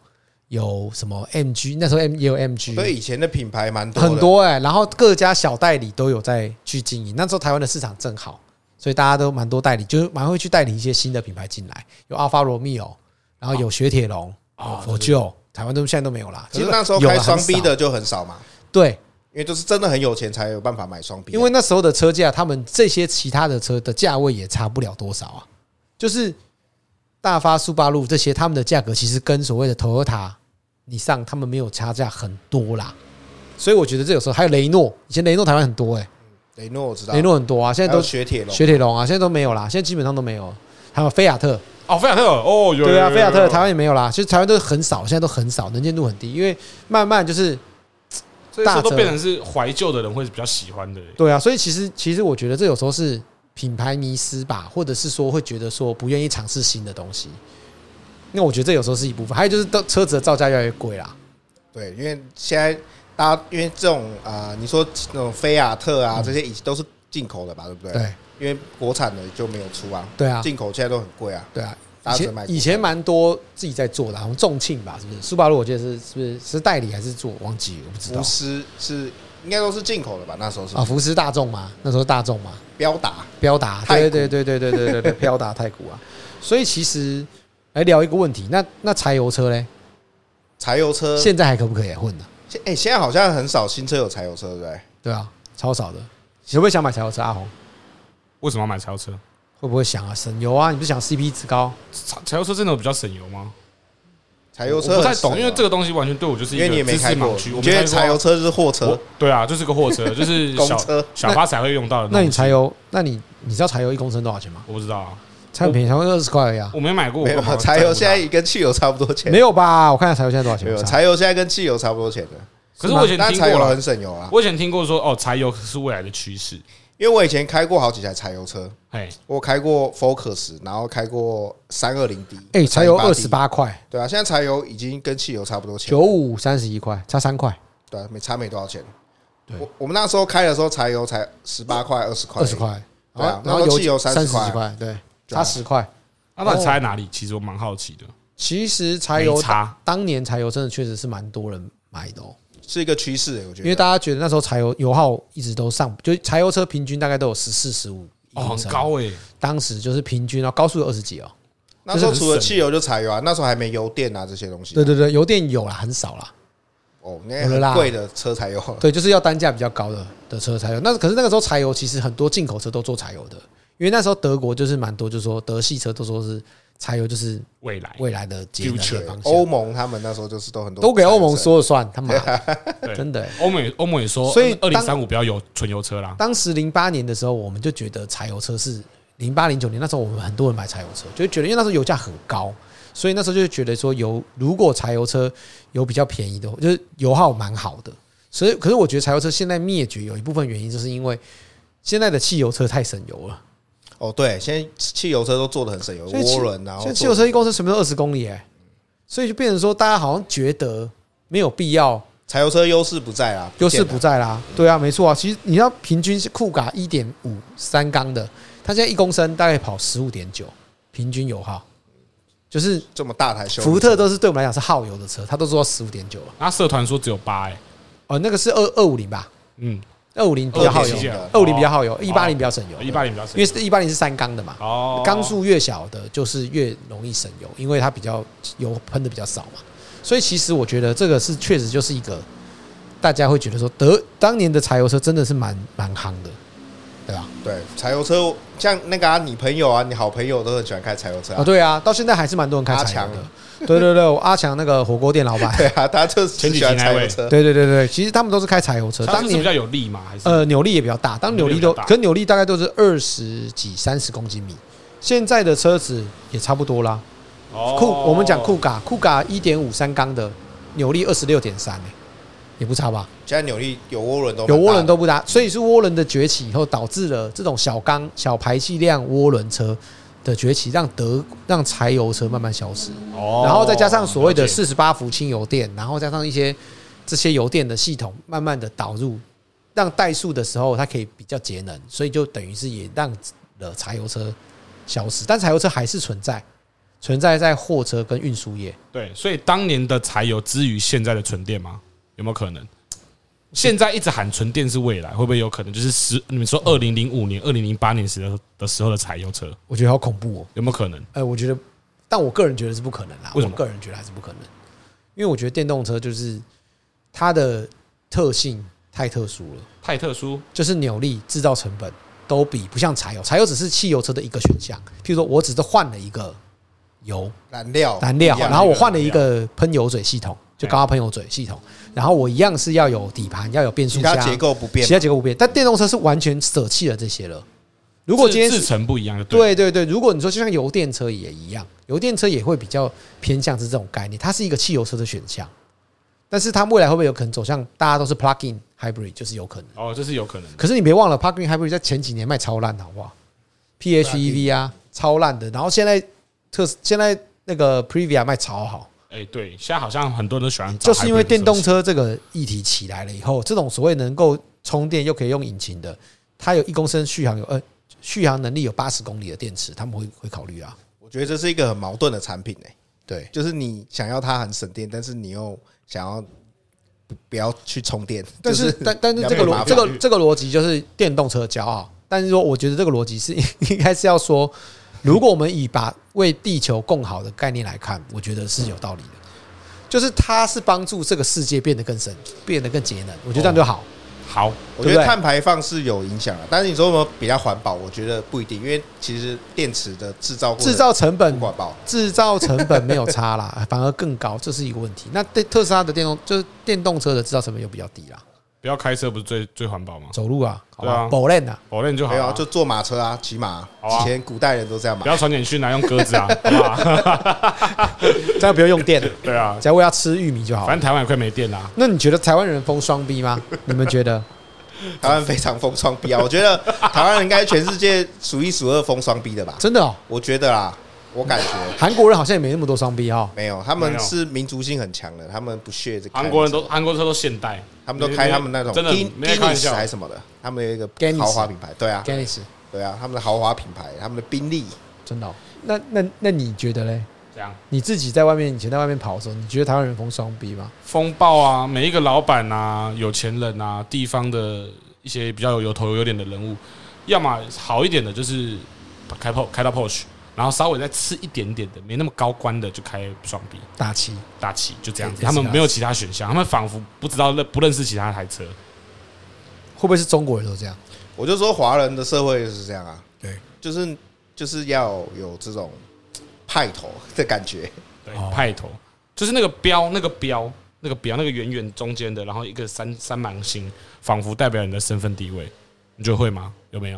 A: 有什么 MG，那时候 M 也有 MG，
B: 对以前的品牌蛮多的
A: 很，多哎、然后各家小代理都有在去经营。那时候台湾的市场正好，所以大家都蛮多代理，就是蛮会去代理一些新的品牌进来，有阿法罗密欧，然后有雪铁龙，
B: 啊
A: 有佛鹫，台湾都现在都没有啦。
B: 可是
A: 基本
B: 那时候
A: 有
B: 开
A: 啦
B: 双
A: 很
B: B
A: 少
B: 的就很少嘛，
A: 对，
B: 因为就是真的很有钱才有办法买双 B 啊。
A: 因为那时候的车价，他们这些其他的车的价位也差不了多少啊。就是大发、速八路这些，他们的价格其实跟所谓的 Toyota、你上他们没有差价很多啦。所以我觉得这有时候还有雷诺，以前雷诺台湾很多哎、
B: 雷诺我知道，
A: 雷诺很多啊，现在
B: 还有
A: 都
B: 雪铁龙，
A: 雪铁龙啊，现在都没有啦，现在基本上都没有。还有菲亚特，
C: 哦，菲亚特哦，有
A: 对啊，菲亚特台
C: 湾
A: 湾也没有啦，其实台湾都很少，现在都很少，能见度很低，因为慢慢就是
C: 所以说
A: 大
C: 都
A: 车
C: 变成是怀旧的人会比较喜欢的。
A: 对啊，所以其实其实我觉得这有时候是品牌迷失吧，或者是说会觉得说不愿意尝试新的东西。那我觉得这有时候是一部分，还有就是都车子的造价越来越贵啦。
B: 对，因为现在大家因为这种啊、呃你说那种菲亚特啊，这些以都是进口的吧，对不对？，
A: 嗯对
B: 因为国产的就没有出啊，
A: 对啊，
B: 进口现在都很贵啊。
A: 对啊。
B: 大
A: 以
B: 家只买
A: 前以前蛮多自己在做的啊，好像重庆吧，是不是？苏巴路我记得是是不是是代理还是做，忘记了我不知道
B: 福斯是应该都是进口的吧？那时候是
A: 啊。福斯大众嘛，那时候大众嘛，
B: 标达，
A: 标达，对
B: 太古
A: 对对对对对对对， 标达太古啊。所以其实来聊一个问题，那那柴油车嘞，
B: 柴油车
A: 现在还可不可以啊混呢、
B: 现哎、现在好像很少新车有柴油车，对不对？
A: 对啊，超少的。你会不会想买柴油车？阿红
C: 为什么要买柴油车？
A: 会不会想啊？省油啊？你不是想 CP 值高？
C: 柴柴油车真的有比较省油吗？
B: 柴油车
C: 我不太
B: 很少啊
C: 懂，因为这个东西完全对我就是一
B: 因为你也
C: 个
B: 没
C: 知
B: 开
C: 识
B: 过
C: 盲，区。我
B: 你
C: 没
B: 觉
C: 开
B: 得
C: 过啊
B: 柴油车是货车
C: 我，对啊，就是个货 车，就是
B: 公
C: 小
B: 车
C: 小发财会用到的东西。
A: 那你柴油，那你你知道柴油一公升多少钱吗？
C: 我不知道啊，
A: 柴油便宜，柴油二十块而已啊，
C: 我没买过，
B: 没有
C: 我好像
B: 柴油现
C: 在
B: 在跟汽油差不多钱，
A: 没有吧？我看下柴油现在多少钱？
B: 没有
A: 我查
B: 柴油现在跟汽油差不多钱的，
C: 不知道，可是我以前
B: 但
C: 听
B: 柴
C: 过
B: 油
C: 了
B: 很，省油啊，
C: 我以前听过说哦，柴油是未来的趋势，
B: 因因为我以前开过好几台柴油车，
C: 哎，
B: 我开过 Focus，然后开过三二零 D，
A: 哎，柴油二十
B: 328D，
A: 八块，
B: 对啊，现在柴油已经跟汽油差不多钱
A: 九，五三十一块，差三块，
B: 对啊，没差没多少钱。
A: 对
B: 我我们那时候开的时候，柴油才十八块、二十块、
A: 二十，块，
B: 对啊
A: 然
B: 然
A: 后
B: 后
A: 油
B: 汽油
A: 三
B: 30
A: 十几块，对，
B: 对
A: 差
B: 啊
A: 十块。
C: 啊，
B: 哦
C: 那你差在哪里？其实我蛮好奇的。
A: 其实柴油
C: 没差
A: 当年柴油真的确实是蛮多人买的哦，
B: 是一个趋势、欸，我觉
A: 因为
B: 得。
A: 大家觉得那时候柴油油耗一直都上，就柴油车平均大概都有十四十五，
C: 哦，很。高哎、
A: 当时就是平均哦，高速有二十几哦。
B: 那时候除了汽油就柴油啊，那时候还没油电啊这些东西。
A: 对对对，油电有啦，很少啦。
B: 哦，那
A: 有了啦
B: 很贵的车柴油，
A: 对，就是要单价比较高的的车柴油。那可是那个时候柴油其实很多进口车都做柴油的，因为那时候德国就是蛮多，就是说德系车都说是柴油就是
C: 未来
A: 未来的节能的
B: 对
A: 方
B: 欧
A: 向，
B: 盟他们那时候就是都很多
A: 都给欧盟
B: 柴油车。
A: 说了算，他妈的
C: 对
A: 真的欸。
C: 欧美欧盟也说，
A: 所以
C: 二
A: 当
C: 零三五不要有纯油车啦。
A: 当时零八年的时候，我们就觉得柴油车是零八零九年那时候，我们很多人买柴油车，就觉得因为那时候油价很高，所以那时候就觉得说油如果柴油车有比较便宜的，就是油耗蛮好的。所以，可是我觉得柴油车现在灭绝有一部分原因，就是因为现在的汽油车太省油了。
B: 哦，对，现在汽油车都做的很省油，
A: 所以汽
B: 涡轮啊然后
A: 现在汽
B: 做
A: 油车一公升随便都二十公里哎、所以就变成说，大家好像觉得没有必要
B: 柴油车优势不在啦，
A: 优势
B: 见啦
A: 不在啦。对啊，没错啊。其实你要平均是酷卡一点五三缸的，它现在一公升大概跑十五点九，平均油耗。就是
B: 这么大台修理车，
A: 福特都是对我们来讲是耗油的车，它都做到十五点九了。
C: 那啊社团说只有八哎、
A: 哦，那个是二二五零吧？
C: 嗯，
A: 二五零比较耗油
B: 250，
A: 二五零比较耗油，一八零比较省油，
C: 啊哦一八零比较省，
A: 因为一八零是三缸的嘛。
C: 哦
A: 缸数越小的，就是越容易省油，因为它比较油喷的比较少嘛。所以其实我觉得这个是确实就是一个大家会觉得说德当年的柴油车真的是蛮蛮夯的，对吧？
B: 对柴油车，像那个啊，你朋友啊，你好朋友都很喜欢开柴油车
A: 啊，
B: 啊，
A: 对啊，到现在还是蛮多人开柴油
B: 阿强
A: 的。对对对，我阿强那个火锅店老 板，
B: 对啊，大家就是
C: 前几
B: 喜欢
C: 集
B: 柴
C: 那
B: 油
C: 位
B: 车，
A: 对对对对，其实他们都是开柴油车。
C: 它
A: 当
C: 是比
A: 年
C: 较有力嘛，还是
A: 呃扭力也比较大，当扭力
C: 扭
A: 都
C: 力比较大
A: 可扭力大概都是二十几三十公斤米，现在的车子也差不多啦。
C: 哦
A: 酷，我们讲酷嘎，酷嘎一点五三缸的，扭力二十六点三，欸也不差吧？
B: 现在扭力有涡轮都蛮
A: 有涡轮
B: 大的
A: 都不搭，所以是涡轮的崛起以后，导致了这种小缸、小排气量涡轮车的崛起，让德让柴油车慢慢消失，
C: 哦，
A: 然后再加上所谓的
C: 了解
A: 四十八伏轻油电，然后加上一些这些油电的系统，慢慢的导入，让怠速的时候它可以比较节能，所以就等于是也让了柴油车消失，但柴油车还是存在，存在在货车跟运输业。
C: 对，所以当年的柴油之于现在的纯电吗？有没有可能？现在一直喊纯电是未来，会不会有可能？就是十，你们说二零零五年、二零零八年时的的时候的柴油车，
A: 我觉得好恐怖哦。
C: 有没有可能？
A: 哎、我觉得，但我个人觉得是不可能啦。
C: 为什么
A: 我个人觉得还是不可能，因为我觉得电动车就是它的特性太特殊了，
C: 太特殊，
A: 就是扭力、制造成本都比不像柴油，柴油只是汽油车的一个选项。譬如说我只是换了一个油
B: 燃料
A: 燃料，
B: 哦一样
A: 然后我换了一个喷油嘴系
B: 哎
A: 统，就高压喷油嘴系统，然后我一样是要有底盘，要有变速
B: 其他
A: 箱，
B: 结构不变
A: 其，他结构不变。但电动车是完全舍弃了这些了。如果今天
C: 制
A: 是
C: 制成不一样的，
A: 对对对，如果你说就像油电车也一样，油电车也会比较偏向是这种概念，它是一个汽油车的选项，但是它未来会不会有可能走向大家都是 plug-in hybrid，就是有可能。
C: 哦，这是有可能的。
A: 可是你别忘了，plug-in hybrid 在前几年卖超烂的，好不好？PHEV 啊，超烂的。然后现在特斯现在那个 Previa 卖超好，
C: 哎、对，现在好像很多人都喜欢找
A: 就是因为
C: hybrid
A: 电动
C: 车
A: 车这个议题起来了以后，这种所谓能够充电又可以用引擎的，它有一公升续航有呃续航能力有八十公里的电池，他们会会考虑啊。
B: 我觉得这是一个很矛盾的产品诶、欸
A: 对，
B: 就是你想要它很省电，但是你又想要不不要去充电，
A: 但
B: 就是
A: 但但是
B: 两
A: 这个
B: 边
A: 逻
B: 麻烦
A: 这个这个逻辑就是电动车的骄傲，但是说我觉得这个逻辑是 应该是要说，如果我们以把为地球更好的概念来看，我觉得是有道理的，就是它是帮助这个世界变得更省，变得更节能，我觉得这样就
B: 哦
A: 好。
C: 好，
B: 我
A: 对
B: 觉
A: 不
B: 得
A: 对
B: 碳排放是有影响的，啊但是你说有没有比较环保？我觉得不一定，因为其实电池的制造过程
A: 制造成本
B: 不环保，
A: 制造成本没有差啦， 反而更高，这是一个问题。那对特斯拉的电动就是电动车的制造成本又比较低啦，
C: 不要开车不是最最环保吗？
A: 走路啊，好
C: 对
A: 吧
C: 啊，
A: 保练啊，
C: 否认就好
B: 没
C: 了、
B: 有啊就坐马车啊，骑马啊、
C: 好
A: 哦
C: 啊
B: 以前古代人都这样嘛
C: 不。要传简讯啊，用鸽子啊，好不好？
A: 这样不用用电，
C: 对啊，
A: 只要为要吃玉米就好
C: 反。正台湾也快没电啦、
A: 那你觉得台湾人疯双逼吗？你们觉得？
B: 台湾非常疯双 B 啊，我觉得台湾人应该全世界数一数二疯双 B 的吧？
A: 真的哦，
B: 我觉得啦，我感觉
A: 韩国人好像也没那么多双逼哈。
B: 没有，他
C: 没
B: 们
C: 有
B: 是民族性很强的，他们不屑这
C: 韩国人都韩国车都现代，
B: 他们都开他们那种
C: 真的
B: Guin-
C: 没在开玩
B: Guinness
C: 笑
B: 还。是什么的，他们有一个
A: Guinness
B: 豪华品牌，对啊，
A: Gannis
B: 对啊，他们的豪华品牌，他们的宾利，
A: 真的哦，那那那你觉得嘞？
C: 这样
A: 你自己在外面以前在外面跑的时候，你觉得台湾人疯双逼吗？
C: 风暴啊，每一个老板啊、有钱人啊、地方的一些比较有头有脸的人物，要么好一点的就是开 p o 开到 Porsche，然后稍微再次一点点的，没那么高官的就开双 B
A: 大气，
C: 大旗，就这样子。
A: 对
C: 他们
A: 是的
C: 没有其他选项，他们仿佛不知道认不认识其他台车。
A: 会不会是中国人都这样？
B: 我就说华人的社会就是这样啊，
A: 对，
B: 就是就是要有这种派头的感觉，
C: 对
A: 哦，
C: 派头就是那个标，那个标，那个标，那个圆圆中间的，然后一个三三芒星，仿佛代表你的身份地位。你觉得会吗？有没有？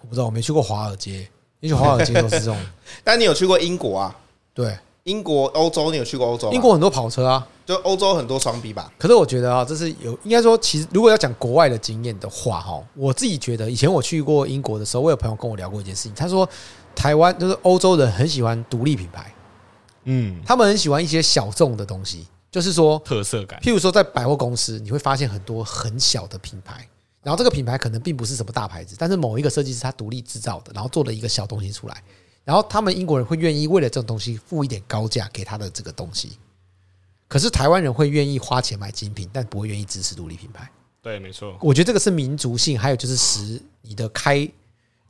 A: 我不知道，我没去过华尔街，也许华尔街都是这种。
B: 但你有去过英国啊？
A: 对，
B: 英国、欧洲，你有去过欧洲吗？
A: 英国很多跑车啊，
B: 就欧洲很多双 B 吧？
A: 可是我觉得啊，这是有应该说，其实如果要讲国外的经验的话，哈，我自己觉得，以前我去过英国的时候，我有朋友跟我聊过一件事情，他说台湾就是欧洲人很喜欢独立品牌，
C: 嗯，
A: 他们很喜欢一些小众的东西，就是说，
C: 特色感。
A: 譬如说在百货公司，你会发现很多很小的品牌。然后这个品牌可能并不是什么大牌子，但是某一个设计师他独立制造的，然后做了一个小东西出来，然后他们英国人会愿意为了这种东西付一点高价给他的这个东西，可是台湾人会愿意花钱买精品，但不会愿意支持独立品牌。
C: 对，没错。
A: 我觉得这个是民族性，还有就是使你的开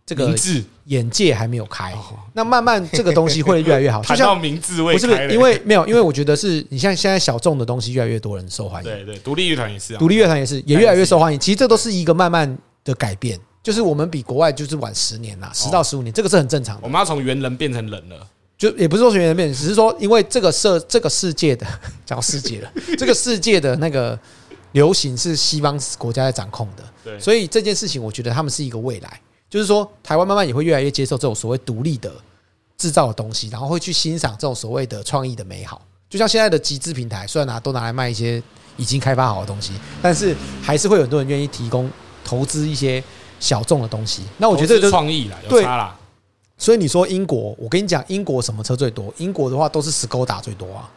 A: 这
C: 名
A: 个
C: 字
A: 眼界还没有开，那慢慢这个东西会越来 越好。啊就
C: 谈到
A: 像
C: 名字未
A: 不是不
C: 开
A: 是
C: 了，
A: 因为没有，因为我觉得是你像现在小众的东西越来越多人受欢迎，
C: 对对，独立乐团也是啊，
A: 独立乐团也是也越来越受欢迎。其实这都是一个慢慢的改变，就是我们比国外就是晚十年啦，
C: 哦
A: 十到十五年，这个是很正常的
C: 我。们要从猿人变成人了。
A: 就也不是说随便变，只是说因为这个社这个世界的讲到世界了，这个世界的那个流行是西方国家在掌控的，
C: 对
A: 所以这件事情我觉得他们是一个未来，就是说台湾慢慢也会越来越接受这种所谓独立的制造的东西，然后会去欣赏这种所谓的创意的美好。就像现在的集资平台，虽然拿、都拿来卖一些已经开发好的东西，但是还是会有很多人愿意提供投资一些小众的东西。那我觉得这就
C: 投资
A: 是
C: 创意啦，有
A: 对
C: 差啦。
A: 所以你说英国，我跟你讲，英国什么车最多？英国的话都是 Skoda 最多啊，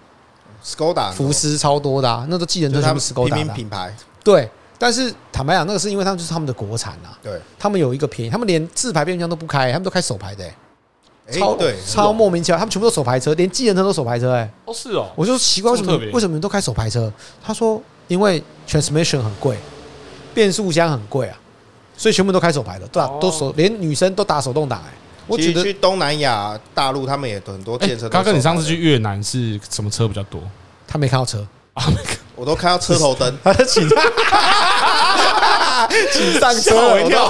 B: Skoda
A: 福斯超多的啊，那都技能
B: 就
A: 车
B: 是
A: 全
B: 他
A: 部
B: 们
A: Skoda 的
B: 平民
A: 啊、
B: 品牌，
A: 对，但是坦白讲，那个是因为他们就是他们的国产啊，
B: 对，
A: 他们有一个便宜，他们连自排变速箱都不开、他们都开手排的、欸
B: 哎
A: 超
B: 对，
A: 超莫名其妙，他们全部都手排车，连技能车都手排车、哎，
C: 哦，是哦，
A: 我就奇怪为什
C: 这
A: 么
C: 么特别
A: 为什么你们都开手排车？他说因为 transmission 很贵，变速箱很贵啊，所以全部都开手排的，对啊，
C: 哦
A: 都手连女生都打手动挡、哎，我
B: 其
A: 觉
B: 实
A: 得
B: 去东南亚、大陆，他们也很多建设。
C: 刚哎哥，你上次去，越南是什么车比较多？啊
A: 他没看到车。，
B: 我都看到车头灯
A: 他 请请上车
C: 吓我一跳，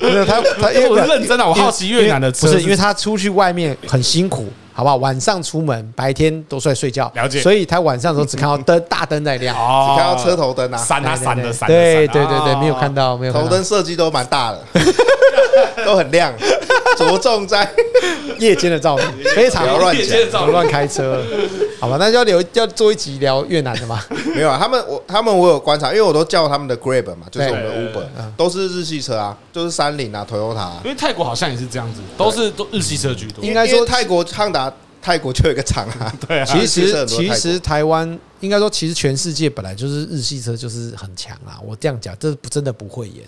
A: 没有他他因为
C: 我是认真的，我好奇越南的车
A: 不是因为他出去外面很辛苦，好不好？晚上出门，白天都在睡觉，
C: 了解
A: 所以他晚上的时候只看到灯，大灯在亮。
C: 哦
B: 只看到车头灯啊，
C: 闪啊
A: 对对对
C: 闪的闪的，
A: 对
C: 闪的
A: 对啊对对，
C: 哦
A: 没有看到，没有看
B: 头
A: 到
B: 灯设计都蛮大的， 都很亮，着重在
A: 夜间的 照明，非常
B: 不要乱
C: 夜
B: 讲
C: 间照
A: 不
C: 明
A: 乱开车，好吧？那就要留要做一集聊越南的嘛。
B: 没有啊，他们我他们我有观察，因为我都叫他们的 Grab 嘛，就是我们
C: 对
B: 的 Uber，
A: 嗯
B: 都是日系车啊，就是三菱啊、Toyota 啊。
C: 因为泰国好像也是这样子，都是都日系车居多
A: 应。该说
B: 因为泰国汉达，泰国就有一个厂啊，
C: 对啊，
A: 其
B: 其实
A: 实
B: 很多泰
A: 其
B: 国
A: 实台湾应该说，其实全世界本来就是日系车就是很强啦。我这样讲，这不真的不会演，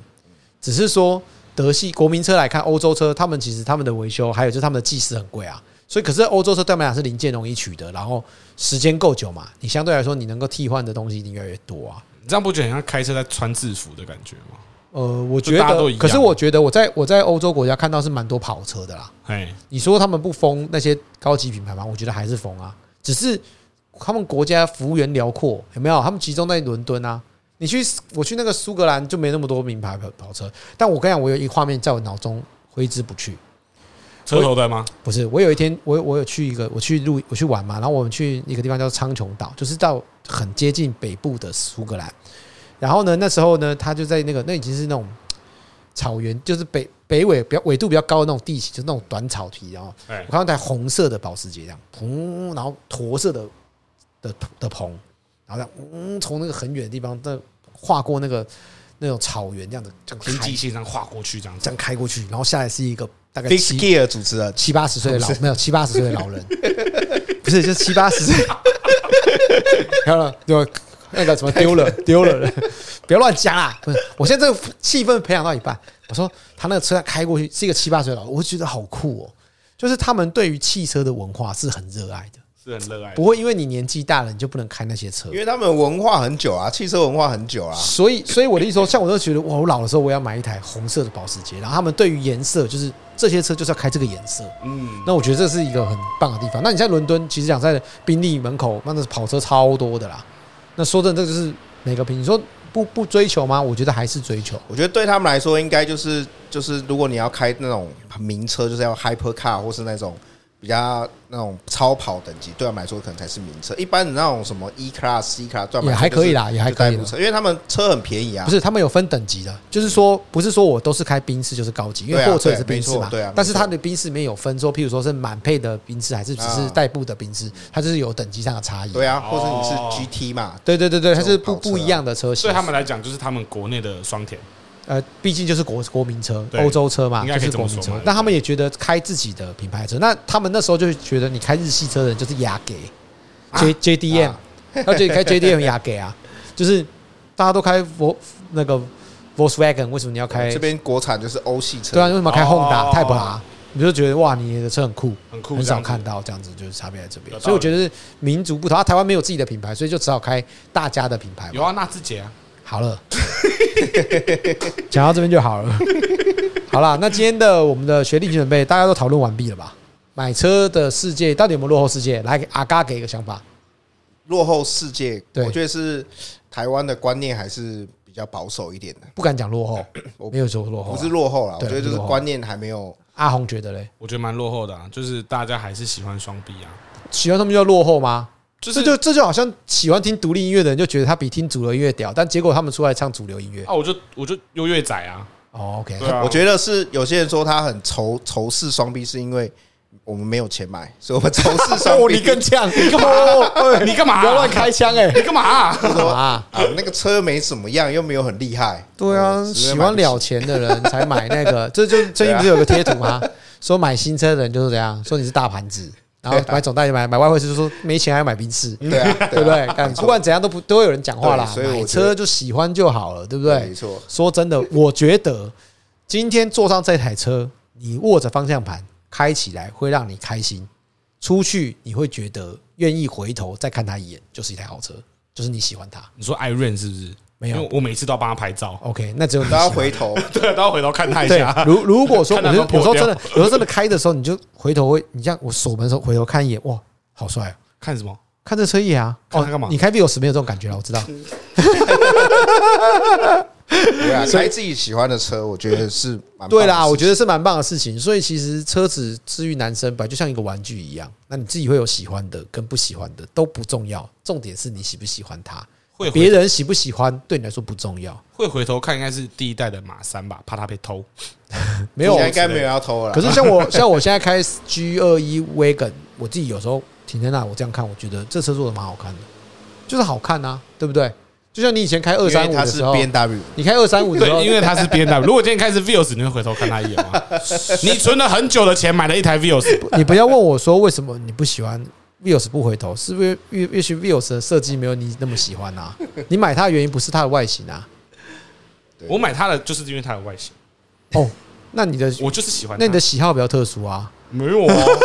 A: 只是说德系国民车来看，欧洲车他们其实他们的维修还有就是他们的技师很贵啊。所以，可是欧洲车对我们来讲是零件容易取得，然后时间够久嘛，你相对来说你能够替换的东西一定越来越多啊。
C: 你这样不觉得很像开车在穿制服的感觉吗？
A: 呃，我
C: 就
A: 觉
C: 大家都一
A: 得，
C: 样
A: 可是我觉得我在我在欧洲国家看到是蛮多跑车的啦。
C: 哎，
A: 你说他们不封那些高级品牌吗？我觉得还是封啊，只是他们国家幅员辽阔，有没有？他们集中在伦敦啊。你去我去那个苏格兰就没那么多名牌跑跑车，但我跟你讲，我有一个画面在我脑中挥之不去。
C: 车头灯吗？
A: 不是，我有一天我我有去一个我去露我去玩嘛，然后我们去一个地方叫苍穹岛，就是到很接近北部的苏格兰。然后呢，那时候呢，他就在那个那已经是那种草原，就是北北纬比较纬度比较高的那种地形，就是那种短草皮，然后
C: 哎
A: 我，看到台红色的保时捷这样，砰，然后驼色的的的棚，然后这样，嗯，从那个很远的地方再划过那个那种草原这样子，这样
C: 天
A: 开
C: 际线上划过去这样
A: 这
C: 子，
A: 样开过去，然后下来是一个大概
B: ，Big
A: 七
B: Gear 主持人，
A: 七八十岁的老，没有七八十岁的老人，哦 不是，就是七八 十岁，看了就那个什么丢 了丢了，不要乱加啦！不是，我现在这个气氛培养到一半，我说他那个车开过去是一个七八十岁的老人，我就觉得好酷哦，就是他们对于汽车的文化是很热爱的，
C: 是很热爱的
A: 不。会因为你年纪大了你就不能开那些车
B: 因。为他们文化很久啊，汽车文化很久啊，
A: 所以，所以我的意思说，像我都觉得，哇，我老的时候我要买一台红色的保时捷。然后他们对于颜色，就是这些车就是要开这个颜色。
C: 嗯，
A: 那我觉得这是一个很棒的地方。那你在伦敦，其实讲在宾利门口，那那跑车超多的啦。那说真的，这就是每个品，你说不不追求吗？我觉得还是追求。
B: 我觉得对啊他们来说，应该就是就是，如果你要开那种名车，就是要 hyper car 或是那种比较那种超跑等级，对他们来说可能才是名车。一般的那种什么 E class、C class，对他们来说
A: 也还可以啦也还可以啦
B: 就是代步车，因为他们车很便宜啊
A: 不。是，他们有分等级的，就是说，不是说我都是开宾士就是高级，因为
B: 对啊
A: 货车也
B: 对
A: 是宾士
B: 没
A: 嘛。
B: 错对啊
A: 但是
B: 没错
A: 它的宾士里面有分说，譬如说是满配的宾士，还是只是
B: 啊
A: 代步的宾士，它就是有等级上的差异。
B: 对啊，或
C: 哦
B: 者你是 GT 嘛，
A: 对对对对，它是
B: 这
A: 不
B: 种跑车啊
A: 不一样的车型。
C: 对他们来讲，就是他们国内的双田，
A: 呃，毕竟就是国国民车，
C: 对
A: 欧洲车嘛，
C: 应
A: 就
C: 该可以
A: 是
C: 这
A: 国
C: 么
A: 民
C: 说
A: 车
C: 嘛。
A: 但他们也觉得开自己的品牌车，那他们那时候就觉得你开日系车的人就是雅给，J J D M，
B: 啊
A: 然后就你开 J D M 雅给啊， 就是大家都开 Vol 那个 Volkswagen，为什么你要开
B: 这？边国产就是欧系车，
A: 对啊，为什么要开
C: 哦
A: Honda、泰普拉？啊你就觉得哇，你的车很酷，
C: 很酷
A: 很
C: 这
A: 少
C: 样子
A: 看到这样子，就是差别在这边
C: 有。道理
A: 所以我觉得是民族不同，啊，台湾没有自己的品牌，所以就只好开大家的品牌嘛。
C: 有啊，纳智捷啊，
A: 好了， 讲到这边就好了。好啦，那今天的我们的学历准备大家都讨论完毕了吧？买车的世界到底有没有落后世界？来，阿嘎给一个想法。
B: 落后世界，
A: 对
B: 我觉得是台湾的观念还是比较保守一点的，
A: 不敢讲落后，
B: 我
A: 没有说落后
B: 不
A: 啊、
B: 是落后啦，我
A: 对
B: 觉得就是
A: 落后
B: 观念还没有。
A: 阿红觉得嘞，
C: 我觉得蛮落后的啊，就是大家还是喜欢双 B 啊，
A: 喜欢他们就叫落后吗？
C: 就是
A: 这就这就好像喜欢听独立音乐的人就觉得他比听主流音乐屌，但结果他们出来唱主流音乐。
C: 啊，我就我就优越仔啊，
A: 哦，OK，
C: 对啊，
B: 我觉得是有些人说他很仇仇视双臂，是因为我们没有钱买，所以我们仇 视双
A: 哦，
B: 臂。
A: 你更呛，你干嘛？
C: 你干嘛
A: 不要乱开枪哎！
C: 你干嘛啊？
A: 干嘛？
B: 啊，那个车没怎么样，又没有很厉害。
A: 对啊，
B: 嗯
A: 喜欢了。钱的人才买那个，这 就
B: 啊
A: 最近不是有个贴图吗？说买新车的人就是这样，说你是大盘子，然
B: 啊
A: 后买总代买买外汇是说没钱还买宾士，
B: 实在 买不起对啊，
A: 对不对？
B: 啊
A: 干不管怎样都不都会有人讲话啦
B: 对，所以我
A: 买
B: 觉
A: 车
B: 得
A: 就喜欢就好了，对不
B: 对，没
A: 对？
B: 错。
A: 说真的，我觉得今天坐上这台车，你握着方向盘开起来会让你开心，出去你会觉得愿意回头再看它一眼，就是一台好车，就是你喜欢它。
C: 你说艾润是不是？
A: 没有
C: 因为我每次都要帮他拍照，
A: OK，那只有你
B: 都要
A: 喜欢
B: 回 头，
C: 对，啊都要回头看他一
A: 对
C: 下，。啊
A: 如如果说我
C: 看他
A: 就
C: 有没
A: 有
C: 有
A: 时候真
C: 掉
A: 的，有时候真的开的时候，你就回头会，你这样我锁门的时候回头看一眼，哇，好帅、哦！
C: 看什么？
A: 看这车业啊，
C: 看哦他干嘛
A: 你开 V 有十没有这种感觉了，我 知道。
B: 对啊，开自己喜欢的车，我觉得是蛮棒的
A: 对啦，
B: 事
A: 我觉得是蛮棒的事情。所以其实车子至于男生，本来就像一个玩具一样，那你自己会有喜欢的跟不喜欢的都不重要，重点是你喜不喜欢它。
C: 会
A: 别
C: 回
A: 人喜不喜欢对你来说不重要，
C: 会回头看，应该是第一代的马三吧，怕他被偷。
A: 没有
B: 现在应该没有要偷了啦。
A: 可是像 我像我现在开 G 二一 Wagon，我自己有时候停在那，我这样看，我觉得这车做的蛮好看的，就是好看啊，对不对？就像你以前开二三
B: 因
A: 五
B: 为它
A: 的
B: 是
A: 时候
B: B，N W，
A: 你开二三五的时候
C: 对，，因为他是 B N W。如果今天开始 Vios，你会回头看他一眼吗？ 你存了很久的钱买了一台 Vios，
A: 你不要问我说为什么你不喜欢 Vios 不回头，是不是也也许 Vios 的设计没有你那么喜欢啊？你买它的原因不是它的外形啊？
C: 我买它的就是因为它的外形，
A: 哦，那你的
C: 我 就是喜欢它。
A: 那
C: 啊
A: 你的喜好比较特殊啊。
C: 没有哦，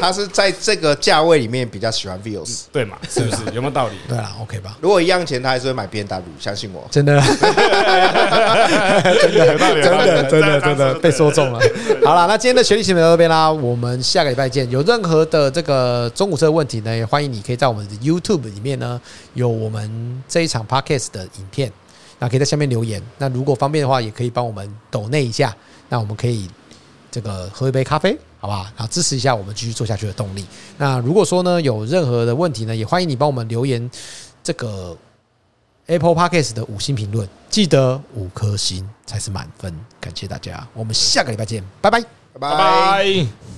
B: 他是在这个价位里面比较喜欢 Vios。
C: 对嘛？是不是有没有道理？
A: 对啦 o、k 吧？
B: 如果一样钱，他还是会买 B N W，相信我。
A: 真的啦，
C: 真的，有道理
A: 真的，真的，真的被说。
C: 有道理
A: 中了。好了，那今天的学历新闻到这边啦，我们下个礼拜见。有任何的这个呃中古车的问题呢，也欢迎你可以在我们的 YouTube 里面呢有我们这一场 Podcast 的影片，那可以在下面留言。那如果方便的话，也可以帮我们抖内一下，那我们可以这个喝一杯咖啡，好不好？然后支持一下我们继续做下去的动力。那如果说呢有任何的问题呢，也欢迎你帮我们留言这个 Apple Podcast 的五星评论，记得五 颗星才是满分。感谢大家，我们下个礼拜见，拜拜。
B: 拜
C: 拜拜。